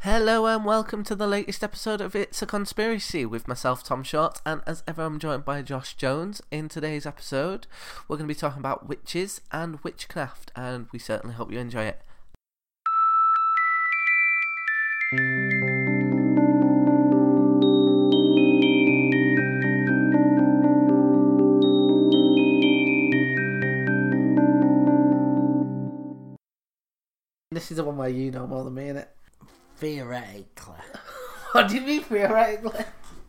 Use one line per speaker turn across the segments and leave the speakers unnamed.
Hello and welcome to the latest episode of It's a Conspiracy with myself, Tom Short, and as ever, I'm joined by Josh Jones. In today's episode, we're going to be talking about witches and witchcraft, and we certainly hope you enjoy it.
This is the one where you know more than me, innit?
Theoretically.
What do you mean theoretically?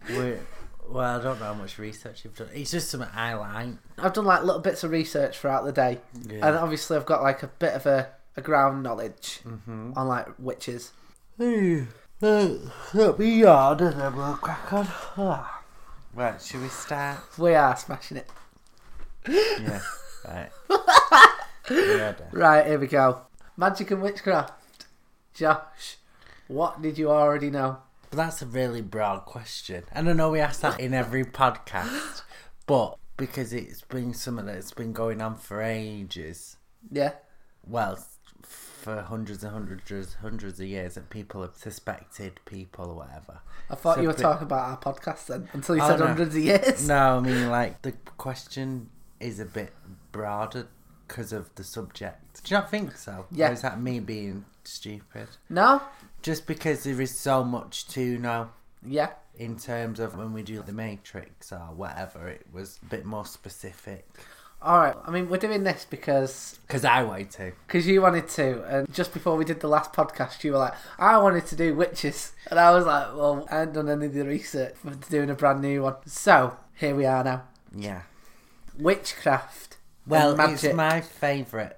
We're, well, I don't know how much research you've done. It's just something I like.
I've done like little bits of research throughout the day,
Yeah.
and obviously I've got like a bit of a, a ground knowledge on like witches.
Let me yard and then we'll crack on. Right, should we start?
We are smashing it.
Yeah. Right. Ready.
Right, here we go. Magic and witchcraft. Josh, what did you already know?
But that's a really broad question. And I know we ask that in every podcast, but because it's been something that's been going on for ages,
Yeah.
well, for hundreds and hundreds, hundreds of years, and people have suspected people or whatever.
I thought
So
you were
bit-
talking about our podcast then, until you
Oh,
said
no.
hundreds of years.
No, I mean like the question is a bit broader because of the subject. Do you not think so?
Yeah.
Or is that me being stupid?
No?
Just because there is so much to know
Yeah.
in terms of when we do the Matrix or whatever, it was a bit more specific.
Alright, I mean, we're doing this because
Because I wanted to.
Because you wanted to, and just before we did the last podcast, you were like, I wanted to do witches. And I was like, well, I ain't done any of the research for doing a brand new one. So, here we are now.
Yeah.
Witchcraft. and
Well,
magic.
it's my favourite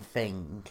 thing.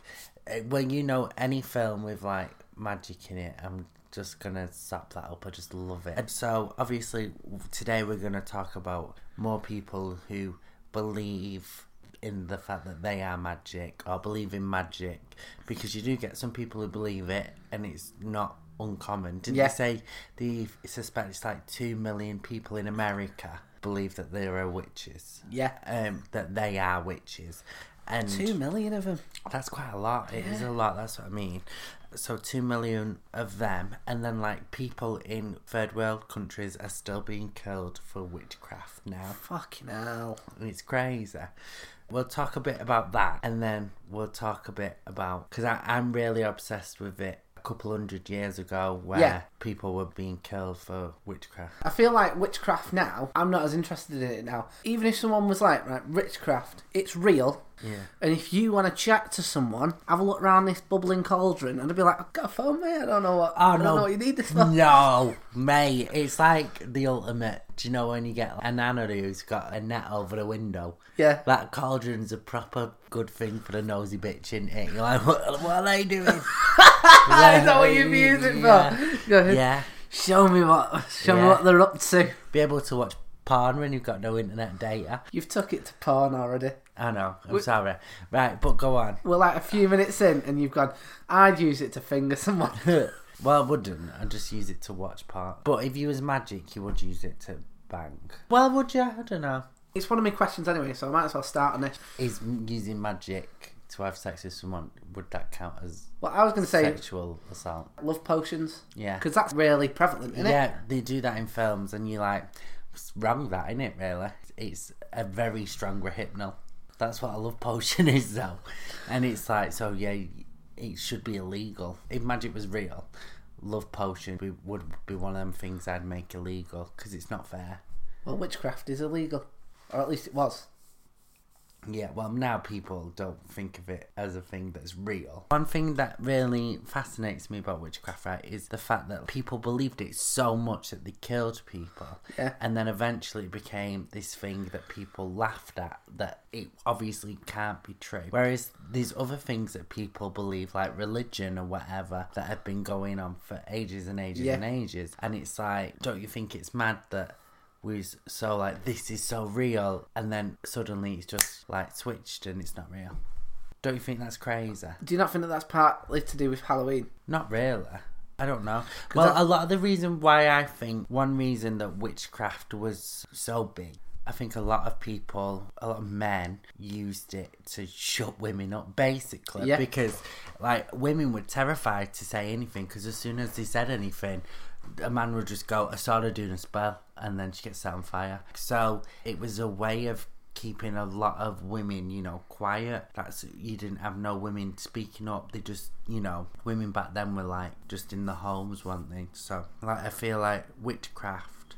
Uh, When you know any film with like magic in it, I'm just gonna sap that up. I just love it. And so, obviously, w- today we're gonna talk about more people who believe in the fact that they are magic or believe in magic because you do get some people who believe it and it's not uncommon. Didn't
Yeah.
you say the suspect it's like two million people in America believe that there are witches?
Yeah.
um, that they are witches, and
Two million of them.
that's quite a lot. It is a lot. That's what I mean. So two million of them, and then like people in third world countries are still being killed for witchcraft now.
Fucking hell.
And it's crazy. We'll talk a bit about that, and then we'll talk a bit about because I'm really obsessed with it. A couple hundred years ago, where
Yeah.
people were being killed for witchcraft.
I feel like witchcraft now, I'm not as interested in it now. Even if someone was like, right, witchcraft, it's real.
Yeah.
And if you want to chat to someone, have a look round this bubbling cauldron, and I'd be like, I've got a phone, mate. I don't know
Oh,
what. I don't know what you need this for.
No, mate. It's like the ultimate. Do you know when you get a nana who's got a net over the window?
Yeah.
That cauldron's a proper good thing for the nosy bitch, isn't it? You're like, what, what are they doing? Is
Is that what you've used it for? Go ahead.
Yeah.
Show me what. Show me
Yeah.
what they're up to.
Be able to watch porn when you've got no internet data.
You've took it to porn already.
I know. I'm sorry. Right, but go on.
We're like a few minutes in, and you've gone. I'd use it to finger someone.
well, I wouldn't. I'd just use it to watch porn. But if you was magic, you would use it to bang. Well, would you? I don't know.
it's one of my questions anyway, so I might as well start on this.
is m- using magic to have sex with someone would that count as
Well, I was going to say
sexual assault
love potions.
Yeah.
because that's really prevalent, isn't it?
yeah they do that in films and you're like it's wrong that isn't it really it's a very strong rehypnol that's what a love potion is though and it's like so yeah it should be illegal if magic was real love potion be- would be one of them things i'd make illegal because it's not fair
Well, witchcraft is illegal, or at least it was.
Yeah, well, now people don't think of it as a thing that's real. One thing that really fascinates me about witchcraft, right, is the fact that people believed it so much that they killed people.
Yeah.
And then eventually it became this thing that people laughed at, that it obviously can't be true. Whereas these other things that people believe, like religion or whatever, that have been going on for ages and ages
Yeah.
and ages. And it's like, don't you think it's mad that was so like this is so real and then suddenly it's just like switched and it's not real don't you think that's crazy
Do you not think that that's partly to do with Halloween?
not really i don't know well a lot of the reason why i think one reason that witchcraft was so big I think a lot of people, a lot of men, used it to shut women up, basically.
Yeah.
Because, like, women were terrified to say anything because as soon as they said anything, a man would just go, I saw her doing a spell, and then she gets set on fire. So it was a way of keeping a lot of women, you know, quiet. That's you didn't have no women speaking up. They just, you know, women back then were like just in the homes, weren't they? So like I feel like witchcraft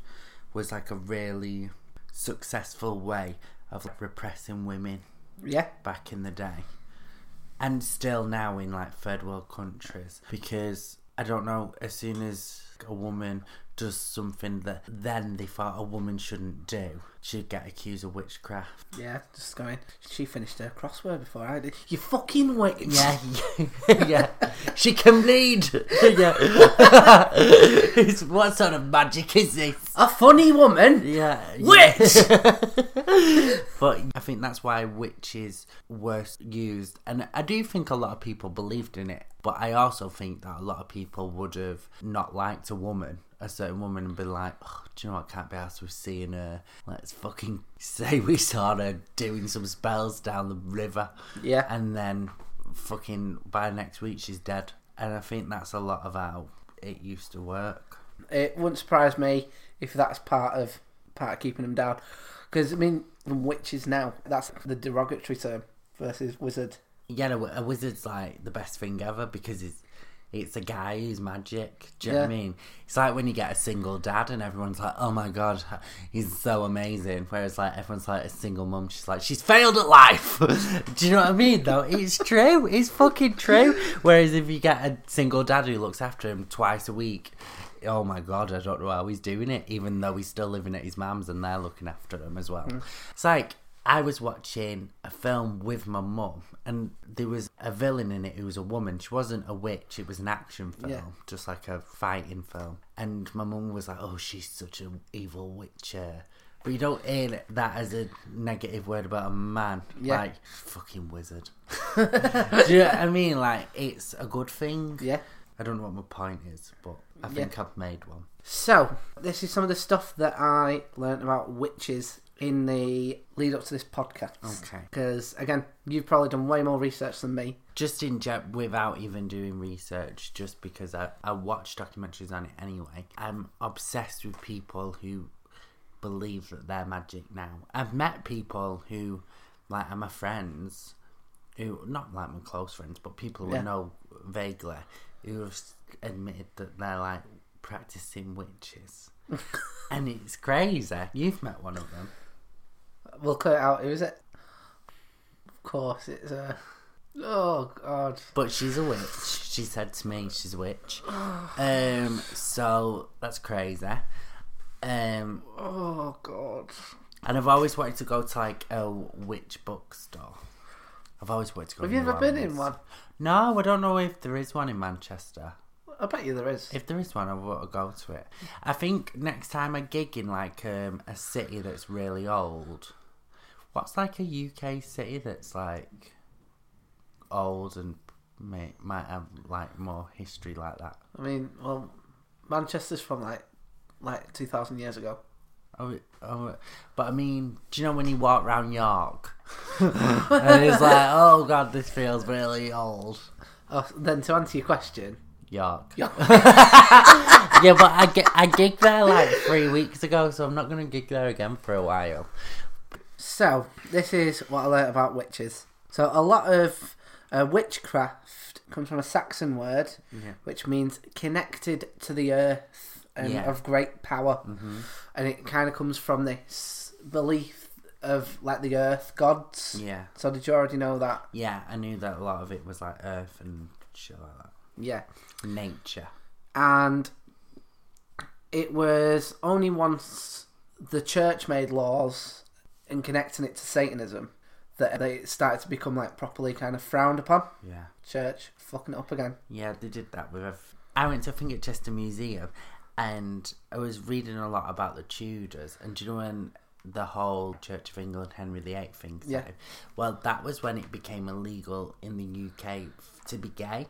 was like a really successful way of like, repressing women
Yeah.
back in the day and still now in like third world countries because i don't know as soon as a woman does something that then they thought a woman shouldn't do she'd get accused of witchcraft
Yeah, just going. She finished her crossword before I did. You fucking witch.
yeah yeah she can bleed yeah it's, what sort of magic is this
A funny woman.
yeah
Witch.
But I think that's why witches were used. And I do think a lot of people believed in it. But I also think that a lot of people would have not liked a woman, a certain woman, and been like, oh, do you know what? Can't be asked with seeing her. Let's fucking say we saw her doing some spells down the river.
Yeah.
And then fucking by next week, she's dead. And I think that's a lot of how it used to work.
it wouldn't surprise me if that's part of part of keeping them down. Because I mean, from witches now, that's the derogatory term versus wizard.
Yeah, a, a wizard's like the best thing ever because it's it's a guy who's magic. Do you know what I
Yeah.
mean? It's like when you get a single dad and everyone's like, "Oh my god, he's so amazing." Whereas like everyone's like a single mum, she's like, "She's failed at life." Do you know what I mean? Though it's true, it's fucking true. Whereas if you get a single dad who looks after him twice a week. Oh my god, I don't know how he's doing it, even though he's still living at his mum's and they're looking after him as well. It's like I was watching a film with my mum, and there was a villain in it who was a woman. She wasn't a witch, it was an action film,
Yeah.
just like a fighting film. And my mum was like, Oh, she's such an evil witcher. But you don't hear it- that as a negative word about a man.
Yeah.
Like, fucking wizard. Do you know what I mean? Like, it's a good thing.
Yeah.
I don't know what my point is, but I
Yeah.
think I've made one.
So this is some of the stuff that I learnt about witches in the lead up to this podcast.
Okay.
Because again, you've probably done way more research than me.
just in ge- without even doing research just because I, I watch documentaries on it anyway i'm obsessed with people who believe that they're magic now i've met people who like are my friends who not like my close friends but people who
Yeah.
i know vaguely who have s- admitted that they're like practicing witches and it's crazy you've met one of them
We'll cut it out. Who is it? Of course, it's a. Oh God.
But she's a witch. She said to me, she's a witch. Um, so that's crazy. Um,
Oh God.
and I've always wanted to go to like a witch bookstore. I've always wanted to go.
Have
to
you
New
ever been in
Orleans.
one?
No, I don't know if there is one in Manchester.
I bet you there is.
If there is one, I want to go to it. I think next time I gig in like um, a city that's really old. What's like a UK city that's like old and may, might have like more history like that?
I mean, well, Manchester's from like like two thousand years ago.
Oh, oh, but I mean, do you know when you walk round York? and it's like, oh god, this feels really old.
Oh, then to answer your question,
York.
York.
yeah, but I, gi- I gigged there like three weeks ago, so I'm not going to gig there again for a while.
so this is what I learned about witches. So a lot of uh, witchcraft comes from a Saxon word,
Yeah.
which means connected to the earth and
Yeah. Mm-hmm.
of great power, and it kind of comes from this belief of like the earth gods.
Yeah.
So did you already know that?
Yeah, I knew that a lot of it was like earth and shit like that.
Yeah.
Nature.
and it was only once the church made laws in connecting it to Satanism that they started to become like properly kind of frowned upon.
Yeah.
Church fucking it up again.
Yeah, they did that with. Every- I went to I think at Chester Museum, and I was reading a lot about the Tudors, and do you know when the whole Church of England Henry VIII thing? started?
Yeah.
Well, that was when it became illegal in the UK f- to be gay,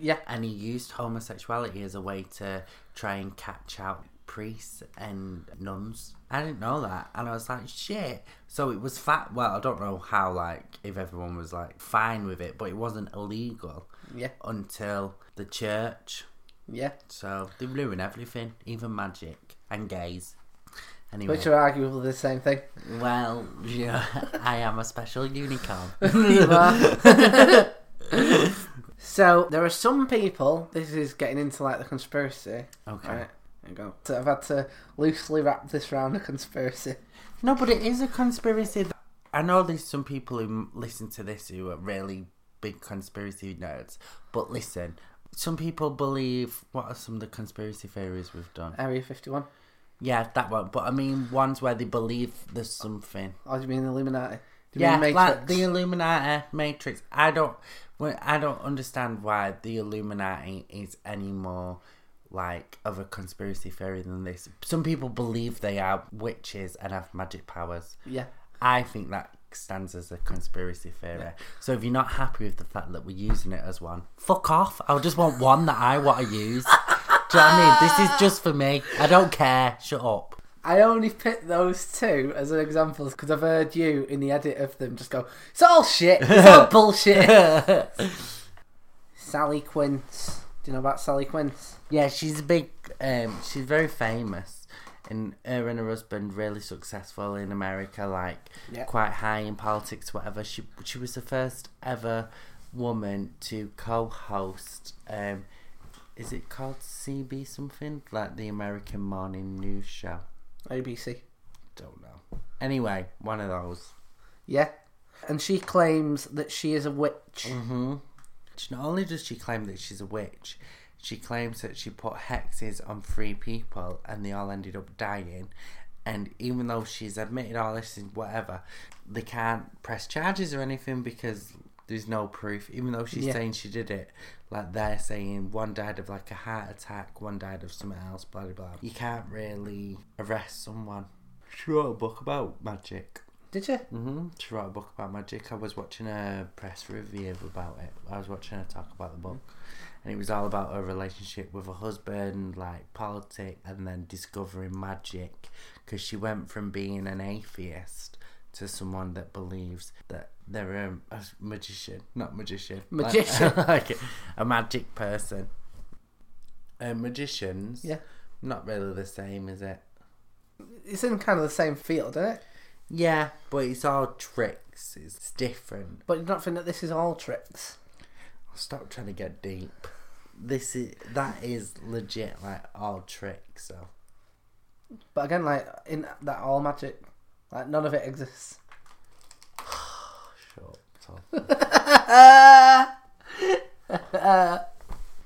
Yeah,
and he used homosexuality as a way to try and catch out priests and nuns. I didn't know that, and I was like, shit. So it was fat. Well, I don't know how like if everyone was like fine with it, but it wasn't illegal
Yeah,
until the church.
yeah.
So they ruin everything, even magic and gays. Anyway,
Which are arguably the same thing.
well, yeah, I am a special unicorn.
so there are some people. This is getting into like the conspiracy.
Okay.
Right. There you go. So I've had to loosely wrap this round a conspiracy.
No, but it is a conspiracy. th- I know there's some people who m- listen to this who are really big conspiracy nerds, but listen, some people believe. What are some of the conspiracy theories we've done?
Area 51.
Yeah, that one. But I mean, ones where they believe there's something.
Oh, do you mean the Illuminati? Do you
Yeah,
mean
like
Matrix?
the Illuminati, Matrix. I don't, well, I don't understand why the Illuminati is any more like of a conspiracy theory than this. Some people believe they are witches and have magic powers.
yeah.
I think that stands as a conspiracy theory. So if you're not happy with the fact that we're using it as one, fuck off. I just want one that I want to use. Do you know what I mean? This is just for me. I don't care. Shut up.
I only picked those two as an examples because I've heard you in the edit of them just go, it's all shit, it's all bullshit. Sally Quince. Do you know about Sally Quince?
yeah, she's a big. Um, she's very famous, and her and her husband really successful in America. Like
Yeah.
quite high in politics, whatever. She she was the first ever woman to co-host. Um, is it called CB something like the American Morning News Show?
ABC.
Don't know. Anyway, one of those.
Yeah. And she claims that she is a witch.
hmm Not only does she claim that she's a witch, she claims that she put hexes on three people and they all ended up dying. And even though she's admitted all this and whatever, they can't press charges or anything because there's no proof. Even though she's
Yeah.
saying she did it, like they're saying one died of like a heart attack, one died of something else, blah blah blah. You can't really arrest someone. She wrote a book about magic.
Did you?
Mm-hmm. She wrote a book about magic. I was watching a press review about it. I was watching her talk about the book,
Mm-hmm.
and it was all about her relationship with her husband, like politics, and then discovering magic. Because she went from being an atheist to someone that believes that they're um, a magician, not magician, like-
Magician.
like a magic person. Uh, magicians,
Yeah.
not really the same, is it?
It's in kind of the same field, isn't it?
Yeah, but it's all tricks. It's different.
But you don't think that this is all tricks.
Stop trying to get deep. This is that is legit like all tricks. So
But again, like, in that all magic, like, none of it exists.
shut up. I,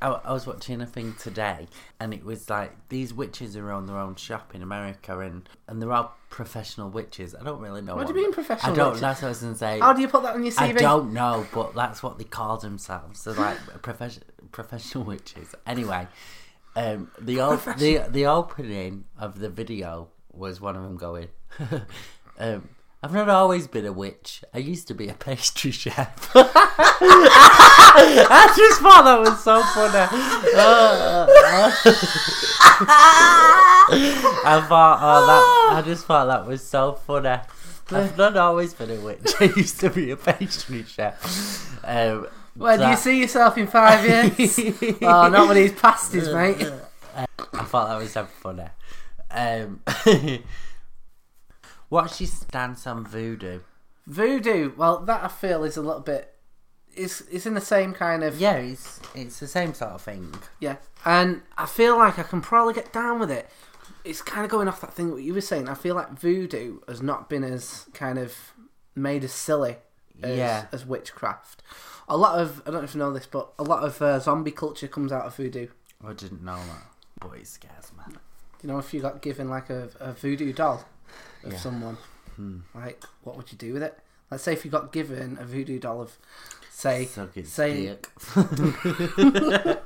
I was watching a thing today, and it was like these witches are on their own shop in America, and and they're all professional witches. I don't really know.
What do you mean professional
I don't.
witches?
That's what I was gonna say.
How do you put that on your CV?
I don't know, but that's what they call themselves. They're like profession, professional witches. Anyway, um, the op- the the opening of the video was one of them going. um, I've not always been a witch. I used to be a pastry chef. I just thought that was so funny. Uh, I thought, oh, that, I just thought that was so funny. I've not always been a witch. I used to be a pastry chef. Um,
Where do you
that-
see yourself in five years? oh, not with these pasties, mate.
I thought that was so funny. Um, what's your stance on voodoo?
Voodoo. Well, that I feel is a little bit. It's it's in the same kind of yeah.
Yeah, it's it's the same sort of thing.
and I feel like I can probably get down with it. It's kind of going off that thing what you were saying. I feel like voodoo has not been as kind of made as silly as,
Yeah.
as witchcraft. A lot of I don't know if you know this, but a lot of uh, zombie culture comes out of voodoo.
I didn't know that. Boy, it scares me.
You know, if you got given like a, a voodoo doll of
Yeah. Hmm.
someone, like what would you do with it? Let's say if you got given a voodoo doll of, say,
Suck its
say-
dick.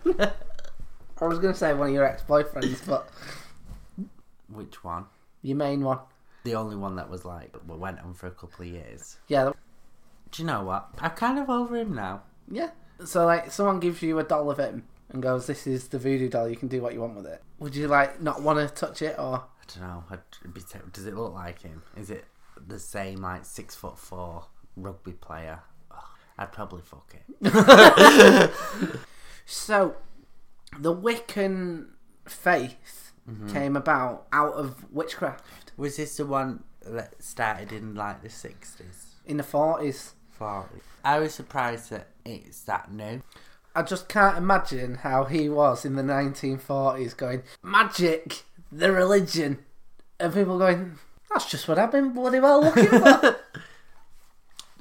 I was gonna say one of your ex boyfriends, but
Which one?
your main one.
The only one that was like well, went on for a couple of years.
Yeah, that-
Do you know what? I'm kind of over him now.
yeah. So like, someone gives you a doll of him, and goes, "This is the voodoo doll. You can do what you want with it." Would you like not want to touch it or?
I don't know. I'd be t- does it look like him? Is it the same like six foot four rugby player? Ugh, I'd probably fuck it.
So, the Wiccan faith came about out of witchcraft
Was this the one that started in like the sixties?
in the forties.
Forties. I was surprised that it's that new.
I just can't imagine how he was in the 1940s going, magic, the religion. And people going, that's just what I've been bloody well looking for.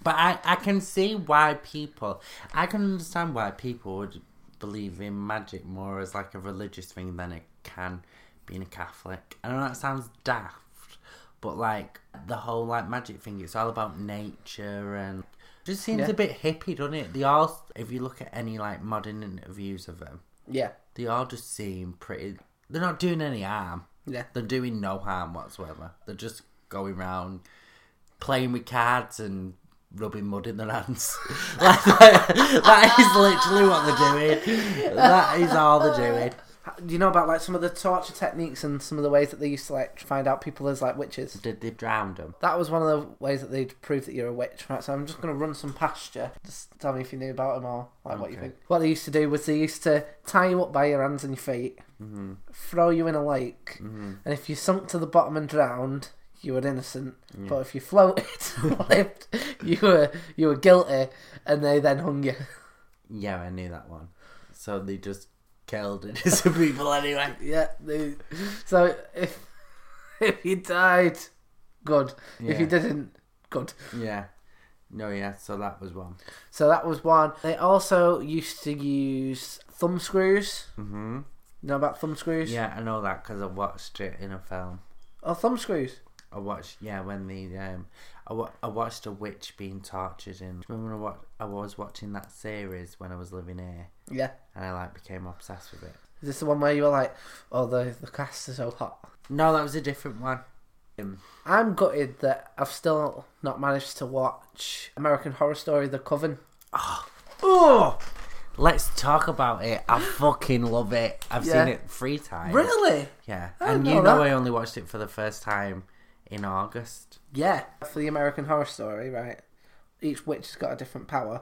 But I, I can see why people, I can understand why people would believe in magic more as like a religious thing than it can being a Catholic. I know that sounds daft, but like the whole like magic thing, it's all about nature and just seems
Yeah.
a bit hippie, doesn't it? They all, if you look at any like modern interviews of them,
yeah,
they all just seem pretty. They're not doing any harm.
yeah.
They're doing no harm whatsoever. They're just going round playing with cards and rubbing mud in their hands. like, that is literally what they're doing. That is all they're doing.
Do you know about like some of the torture techniques and some of the ways that they used to like find out people as like witches?
Did they drown them?
That was one of the ways that they'd prove that you're a witch, right? So I'm just going to run some past you. Just tell me if you knew about them or like what you
Okay.
think. What they used to do was they used to tie you up by your hands and your feet, throw you in a lake, and if you sunk to the bottom and drowned, you were innocent. But if you floated and lived, you were you were guilty, and they then hung you.
Yeah, I knew that one. So they just killed innocent people anyway.
Yeah. They, so if if you died, good. If
Yeah.
you didn't, good.
Yeah. No, yeah, so that was one.
So that was one. They also used to use thumb screws.
hmm
You know about thumb screws?
Yeah, I know that because I watched it in a film.
Oh, thumb screws.
I watched yeah when the um I, wa- I watched a witch being tortured and remember when I wa- I was watching that series when I was living here
Yeah.
and I like became obsessed with it.
Is this the one where you were like, oh, the, the cast is so hot?
No, that was a different one. Um,
I'm gutted that I've still not managed to watch American Horror Story The Coven.
oh, let's talk about it. I fucking love it. I've
Yeah.
seen it three times.
Really?
Yeah,
I
and
didn't
you
know
know
that.
I only watched it for the first time in August.
Yeah. For the American Horror Story, right? Each witch has got a different power.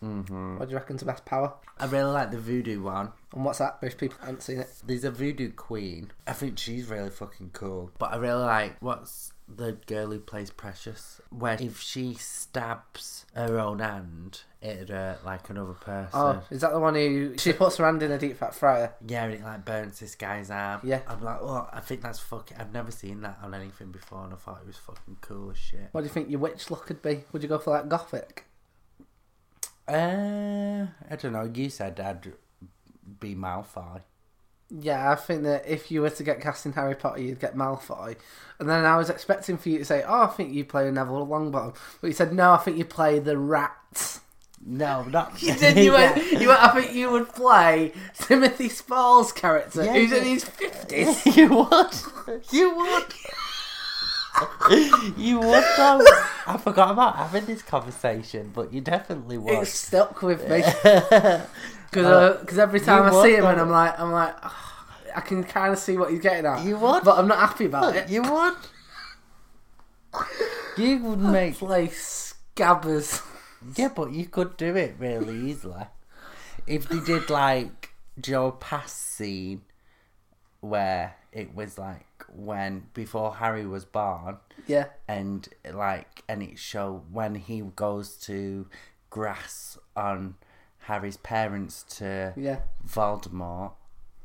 hmm
What do you reckon's the best power?
I really like the voodoo one.
And what's that? Most people haven't seen it.
There's a voodoo queen. I think she's really fucking cool. But I really like what's the girl who plays Precious. Where if she stabs her own hand, it'd hurt like another person.
Oh, is that the one who she puts her hand in a deep fat fryer?
Yeah, and it like burns this guy's arm.
Yeah.
I'm like, oh, I think that's fucking. I've never seen that on anything before, and I thought it was fucking cool as shit.
What do you think your witch look could be? Would you go for like gothic?
Uh, I don't know. You said I'd be Malfoy.
Yeah, I think that if you were to get cast in Harry Potter, you'd get Malfoy. And then I was expecting for you to say, "Oh, I think you play Neville Longbottom," but you said, "No, I think you play the Rat."
No, not.
You did. You went. You went. I think you would play Timothy Spall's character,
Yeah,
who's in
yeah.
his fifties.
You would. You would. you would though. I forgot about having this conversation, but you definitely would.
It stuck with me
you
because every time I
would,
see him, and
Uh, though.
I'm like, I'm like, "Oh, I can kind of see what he's getting at.
You would.
but I'm not happy about it.
would. You would make.
Play Scabbers.
Yeah, but you could do it really easily. If they did like Joe Pass scene where it was like when before Harry was born
Yeah.
and like and it show when he goes to grass on Harry's parents to
Yeah.
Voldemort.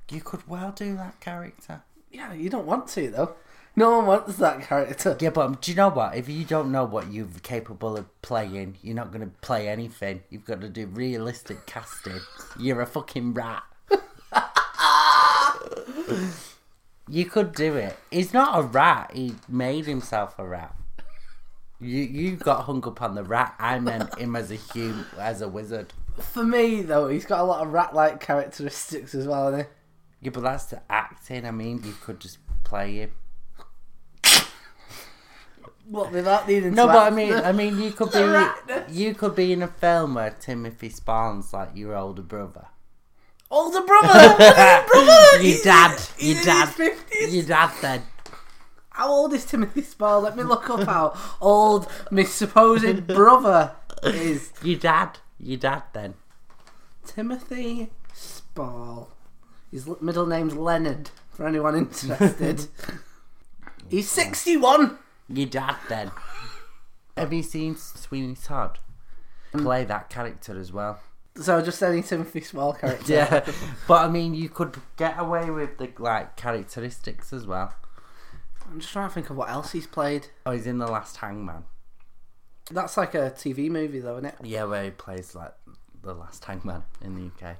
You could well do that character.
Yeah. You don't want to though. No one wants that character.
Yeah, but um, do you know what? If you don't know what you're capable of playing, you're not going to play anything. You've got to do realistic casting. You're a fucking rat. you could do it. He's not a rat. He made himself a rat. You you got hung up on the rat. I meant him as a human, as a wizard.
For me, though, he's got a lot of rat-like characteristics as well, hasn't
Yeah, but that's the acting. I mean, you could just play him.
he? What, without needing
No,
to
but I
act-
mean, I mean, you could
The ratness.
be you could be in a film where Timothy Spawn's like your older brother,
Older brother, brother.
Your
he's-
dad.
he's
Your
in
dad.
his 50s.
Your dad then.
How old is Timothy Spall? Let me look up how old my supposed brother is.
Your dad. Your dad then.
Timothy Spall. His l- middle name's Leonard, for anyone interested. He's 61!
Your dad then. Have you seen Sweeney Todd play that character as well?
So just any Timothy Spall character.
Yeah, but I mean, you could get away with the like characteristics as well.
I'm just trying to think of what else he's played.
Oh, he's in the Last Hangman.
That's like a TV movie, though, isn't it?
Yeah, where he plays like the Last Hangman in the UK.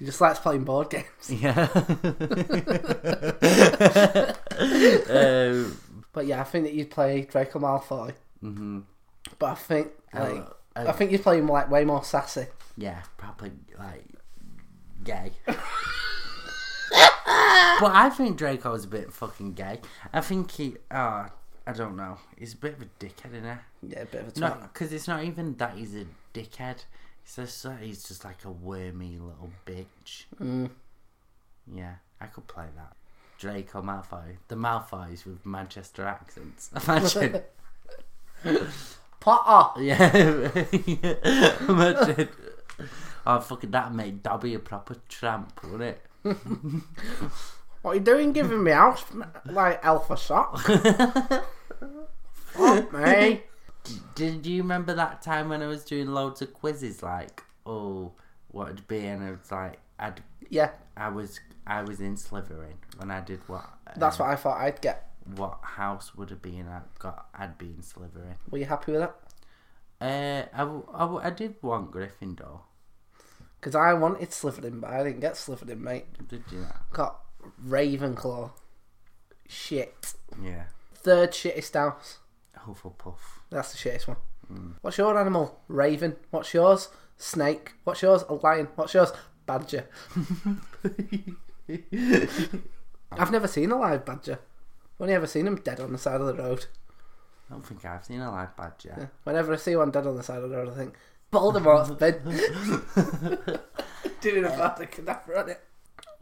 He just likes playing board games.
Yeah. um,
But yeah, I think that you'd play Draco Malfoy.
mhm.
But I think like,
Uh,
I think you'd play him like way more sassy.
yeah, probably like gay. but I think Draco's a bit fucking gay. I think he. Uh, I don't know. He's a bit of a dickhead, isn't he?
Yeah, a bit of a twat.
No, because it's not even that he's a dickhead. It's just that he's just like a wormy little bitch.
Mm.
Yeah, I could play that. Draco Malfoy, the Malfoys with Manchester accents. Imagine,
Potter.
yeah, imagine. Oh fucking that made Dobby a proper tramp, wouldn't it?
What are you doing giving me house like alpha shot? Fuck me.
D- Did you remember that time when I was doing loads of quizzes? Like, oh, what would be? And I was like, I'd
Yeah,
I was I was in Slytherin when I did what.
that's what I thought I'd get.
What house would it be in? I got I'd be in Slytherin.
Were you happy with that?
Uh, I, w- I, w- I did want Gryffindor.
Because I wanted Slytherin, but I didn't get Slytherin, mate.
Did you? Not?
Got Ravenclaw. Shit.
Yeah.
Third shittest house.
Hufflepuff.
That's the shittest one. What's your animal? Raven. What's yours? Snake. What's yours? A lion. What's yours? Badger. I've never seen a live badger. I've only ever seen them dead on the side of the road.
I don't think I've seen a live badger.
Yeah. Whenever I see one dead on the side of the road, I think Voldemort's been doing a Avada Kedavra on it.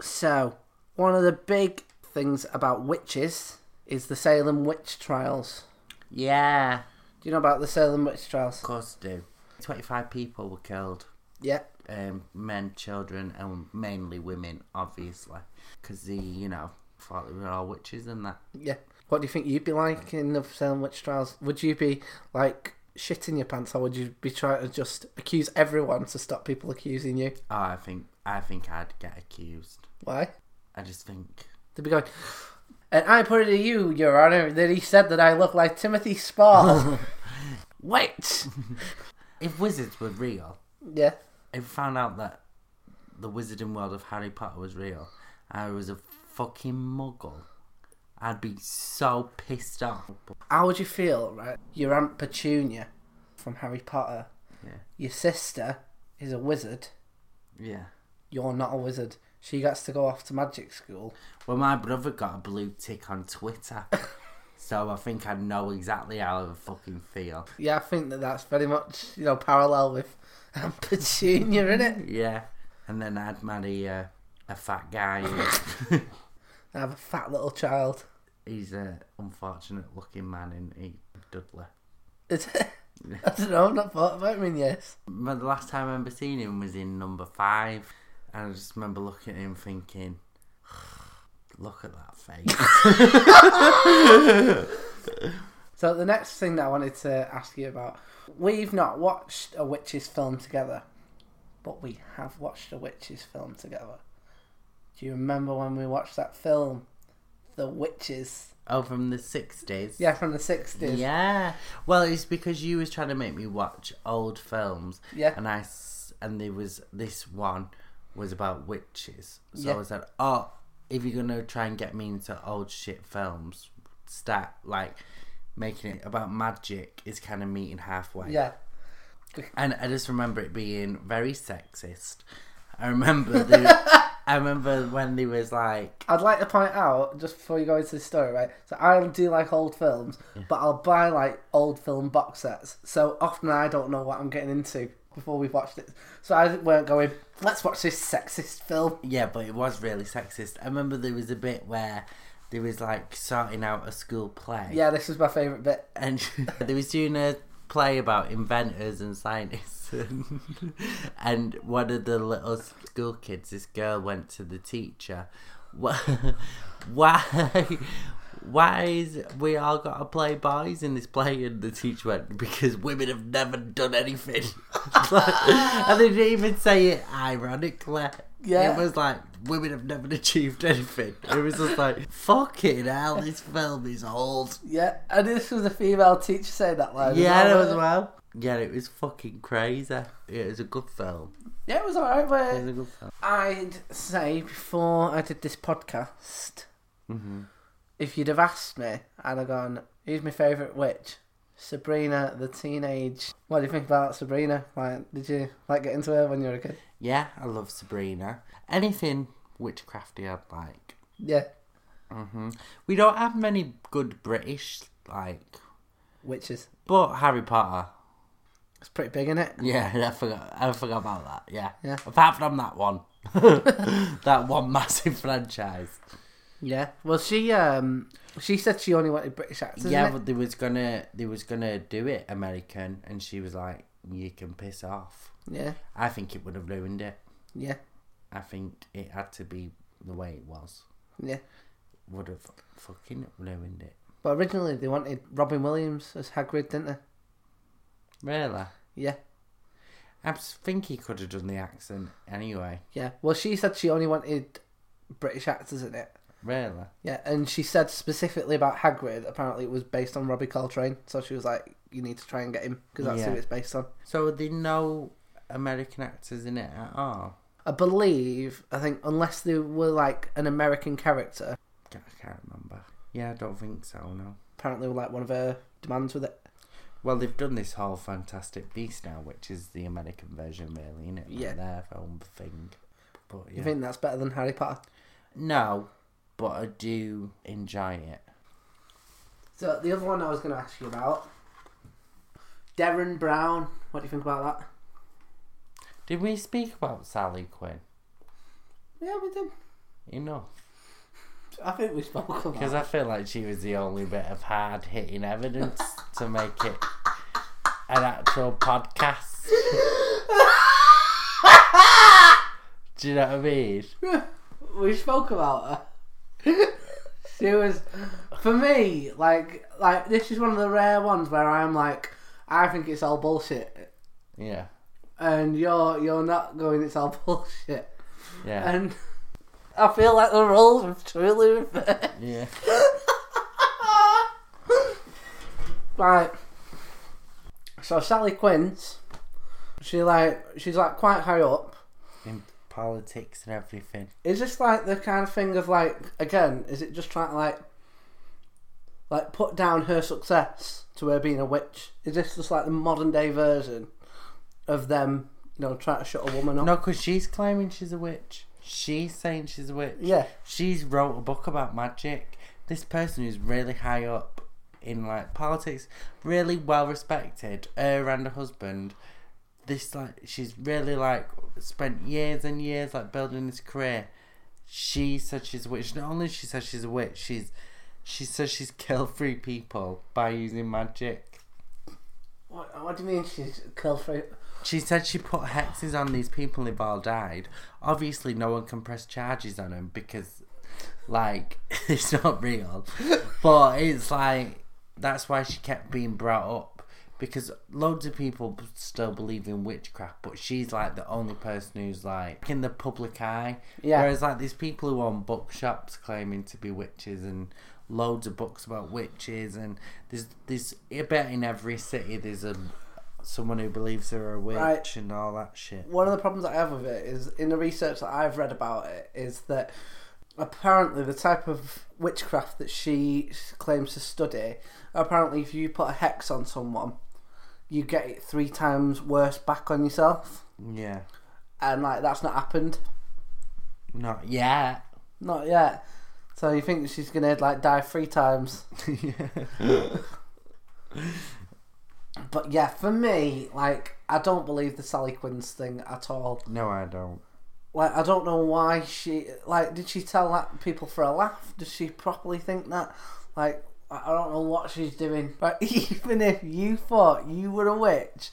So, one of the big things about witches is the Salem witch trials.
Yeah.
Do you know about the Salem witch trials?
Of course I do. Twenty five people were killed.
Yeah.
Um, men, children, and mainly women, obviously, because the you know thought they were all witches and that.
Yeah. What do you think you'd be like in the Salem witch trials? Would you be like shitting your pants, or would you be trying to just accuse everyone to stop people accusing you?
Oh, I think I think I'd get accused.
Why?
I just think
They'd be going. And I put it to you, Your Honor, that he said that I look like Timothy Spall. Wait.
if wizards were real,
Yeah.
if we found out that the wizarding world of Harry Potter was real, I was a fucking muggle. I'd be so pissed off.
How would you feel, right? Your Aunt Petunia from Harry Potter.
Yeah.
Your sister is a wizard.
Yeah.
You're not a wizard. She gets to go off to magic school.
Well, my brother got a blue tick on Twitter, so I think I know exactly how I would fucking feel.
Yeah, I think that that's very much, you know, parallel with Aunt Petunia, in it?
Yeah. And then I'd marry uh, a fat guy. who-
I have a fat little child.
He's a unfortunate looking man, and he Dudley.
Is it? I don't know, I've not thought about him in years.
My, the last time I remember seeing him was in number five, and I just remember looking at him thinking, "Look at that face."
So the next thing that I wanted to ask you about, we've not watched a witches film together, but we have watched a witches film together. Do you remember when we watched that film, The Witches?
oh, from the sixties.
Yeah, from the sixties.
Yeah. Well, it's because you was trying to make me watch old films.
Yeah.
And I s- and there was this one was about witches. So
Yeah.
I said, "Oh, if you're gonna try and get me into old shit films, start like making it about magic is kind of meeting halfway."
Yeah.
and I just remember it being very sexist. I remember the, I remember when they was like,
I'd like to point out just before you go into the story, right? So I do like old films, but I'll buy like old film box sets. So often I don't know what I'm getting into. before we watched it. So I weren't going, let's watch this sexist film.
Yeah, but it was really sexist. I remember there was a bit where there was like sorting out a school play.
Yeah, this was my favourite bit.
And they was doing a play about inventors and scientists. and- and one of the little school kids, this girl went to the teacher. "Wh- Why? Why is we all got to play boys in this play? And the teacher went because women have never done anything, and they didn't even say it ironically.
Yeah.
it was like women have never achieved anything. It was just like fucking hell. This film is old.
Yeah, and this was a female teacher saying that line. as
Yeah,
well,
that
wasn't
was
it?
well. Yeah, it was fucking crazy. It was a good film.
Yeah, it was alright.
It
Where
was a good film.
I'd say before I did this podcast,
Mm-hmm.
if you'd have asked me, I'd have gone, who's my favourite witch? Sabrina the teenage. What do you think about Sabrina? Like, did you like get into her when you were a kid?
Yeah, I love Sabrina. Anything witchcrafty, I'd like.
Yeah,
hmm We don't have many good British like,
witches.
but Harry Potter.
It's pretty big, isn't it?
Yeah, I forgot. I forgot about that. Yeah.
Yeah.
Apart from that one, that one massive franchise.
Yeah. Well, she um she said she only wanted British actors.
yeah,
Yeah.
but they was gonna they was gonna do it American, and she was like, "You can piss off."
Yeah.
I think it would have ruined it.
Yeah.
I think it had to be the way it was.
Yeah.
Would have fucking ruined it.
But originally they wanted Robin Williams as Hagrid, didn't they?
Really?
Yeah.
I s- think he could have done the accent anyway.
Yeah. Well, she said she only wanted British actors in it.
Really?
Yeah, and she said specifically about Hagrid. Apparently, it was based on Robbie Coltrane, so she was like, "You need to try and get him because that's who
Yeah.
it's based on."
So are there no American actors in it at all?
I believe. I think unless they were like an American character,
I can't remember. Yeah, I don't think so, no.
apparently, were like one of her demands with it.
Well, they've done this whole Fantastic Beast now, which is the American version, really, isn't it? Like
Yeah.
Their own thing. But
You
yeah.
think that's better than Harry Potter?
No, but I do enjoy it.
So the other one I was going to ask you about, Darren Brown. What do you think about that?
Did we speak about Sally Quinn?
Yeah, we did.
Enough.
I think we spoke about.
Because I feel like she was the only bit of hard hitting evidence to make it an actual podcast. Do you know what I mean?
we spoke about her. she was, for me, like, like this is one of the rare ones where I'm like, I think it's all bullshit,
Yeah.
and you're you're not going. It's all bullshit,
Yeah.
and I feel like the roles have truly reversed.
yeah.
Right. So Sally Quinn's, she like she's like quite high up.
In politics and everything.
Is this like the kind of thing of like again? Is it just trying to like like put down her success to her being a witch? Is this just like the modern day version of them? You know, trying to shut a woman up.
No, because she's claiming she's a witch. She's saying she's a witch.
Yeah,
She's wrote a book about magic. This person who's really high up in like politics, really well respected, her and her husband. This like she's really like spent years and years like building this career. She said she's a witch. Not only she says she's a witch, she's she says she's killed three people by using magic.
what, what do you mean she's killed for?
She said she put hexes on these people who've all died. Obviously, no one can press charges on them because, like, it's not real. But it's like, that's why she kept being brought up because loads of people b- still believe in witchcraft, but she's like the only person who's like in the public eye.
Yeah.
Whereas, like, these people who own bookshops claiming to be witches and loads of books about witches and there's there's I bet in every city there's a someone who believes they're a witch
Right.
and all that shit.
One of the problems I have with it is in the research that I've read about it is that apparently the type of witchcraft that she claims to study, apparently if you put a hex on someone, you get it three times worse back on yourself.
Yeah.
and like that's not happened,
Not yet.
not yet. So you think she's gonna like die three times? But yeah, for me, like I don't believe the Sally Quinns thing at all.
No, I don't.
Like I don't know why she like did she tell that people for a laugh? Does she properly think that? Like I I don't know what she's doing. But even if you thought you were a witch,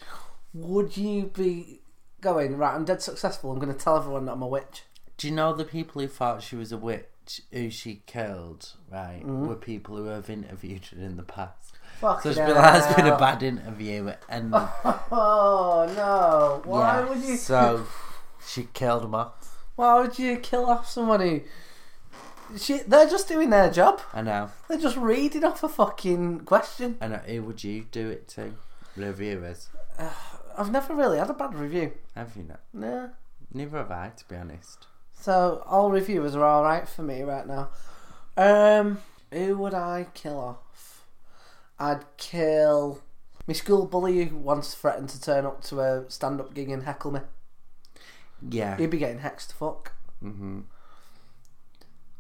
would you be going right? I'm dead successful. I'm going to tell everyone that I'm a witch.
Do you know the people who thought she was a witch who she killed, right, were people who have interviewed her in the past? So
Mm-hmm. Fucking
it's been, that's been a
hell.
bad interview, and
Oh no! Why
yeah,
would you?
So she killed him off.
Why would you kill off somebody? She, they're just doing their job.
I know.
They're just reading off a fucking question.
I know. Who would you do it to? Reviewers.
I've never really had a bad review.
Have you not?
Nah.
Neither have I, to be honest.
So all reviewers are all right for me right now. Um, who would I kill off? I'd kill my school bully who once threatened to turn up to a stand-up gig and heckle me.
Yeah.
He'd be getting hexed to fuck.
hmm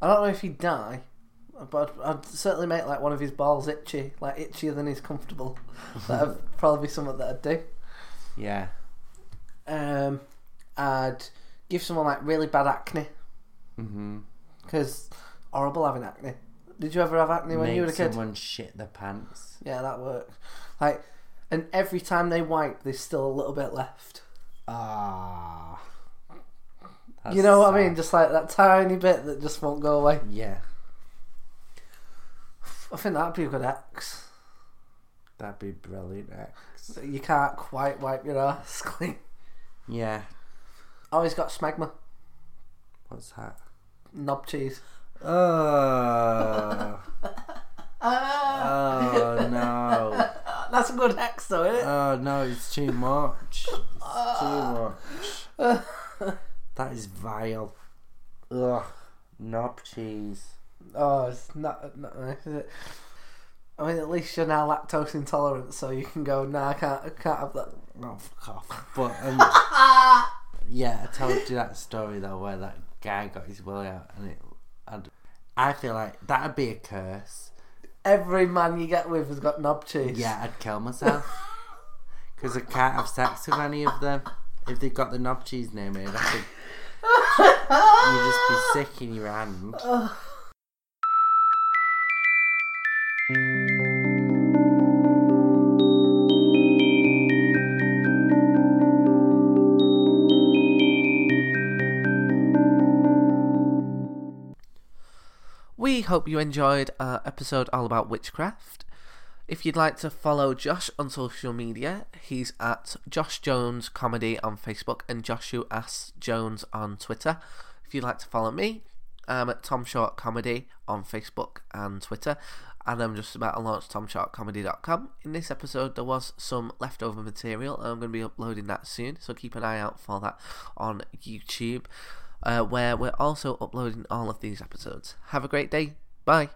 I don't know if he'd die, but I'd, I'd certainly make like one of his balls itchy, like itchier than he's comfortable. That'd probably be something that I'd do.
Yeah.
Um, I'd give someone like really bad acne
hmm
because horrible having acne. Did you ever have acne when
Make
you were a kid?
someone shit their pants.
Yeah, that works. Like, and every time they wipe, there's still a little bit left.
Ah.
you know what I
That's
mean? Just like that tiny bit that just won't go away.
sad. yeah.
I think that'd be a good X.
That'd be brilliant. X.
You can't quite wipe your ass clean.
Yeah.
Always got smegma,
What's that?
knob cheese. Uh.
Oh. oh no.
That's a good X though, isn't it?
Oh no, it's too much. It's too much. that is vile. Ugh, knob cheese.
Oh, it's not not nice, is it? I mean, at least you're now lactose intolerant, so you can go. Nah, I can't. I can't have that.
No, Oh, fuck off. But um, yeah, I told you that story though, where that guy got his willy out, and it. I'd, I feel like that'd be a curse.
Every man you get with has got knob cheese.
Yeah, I'd kill myself because I can't have sex with any of them. If they've got the knob cheese near me, I'd have to- you'd just be sick in your hand.
We hope you enjoyed our episode all about witchcraft. If you'd like to follow Josh on social media, he's at Josh Jones Comedy on Facebook and Joshu Ass Jones on Twitter. If you'd like to follow me, I'm at Tom Short Comedy on Facebook and Twitter, and I'm just about to launch TomShortComedy.com. In this episode, there was some leftover material, and I'm going to be uploading that soon, so keep an eye out for that on YouTube, uh, where we're also uploading all of these episodes. Have a great day. Bye.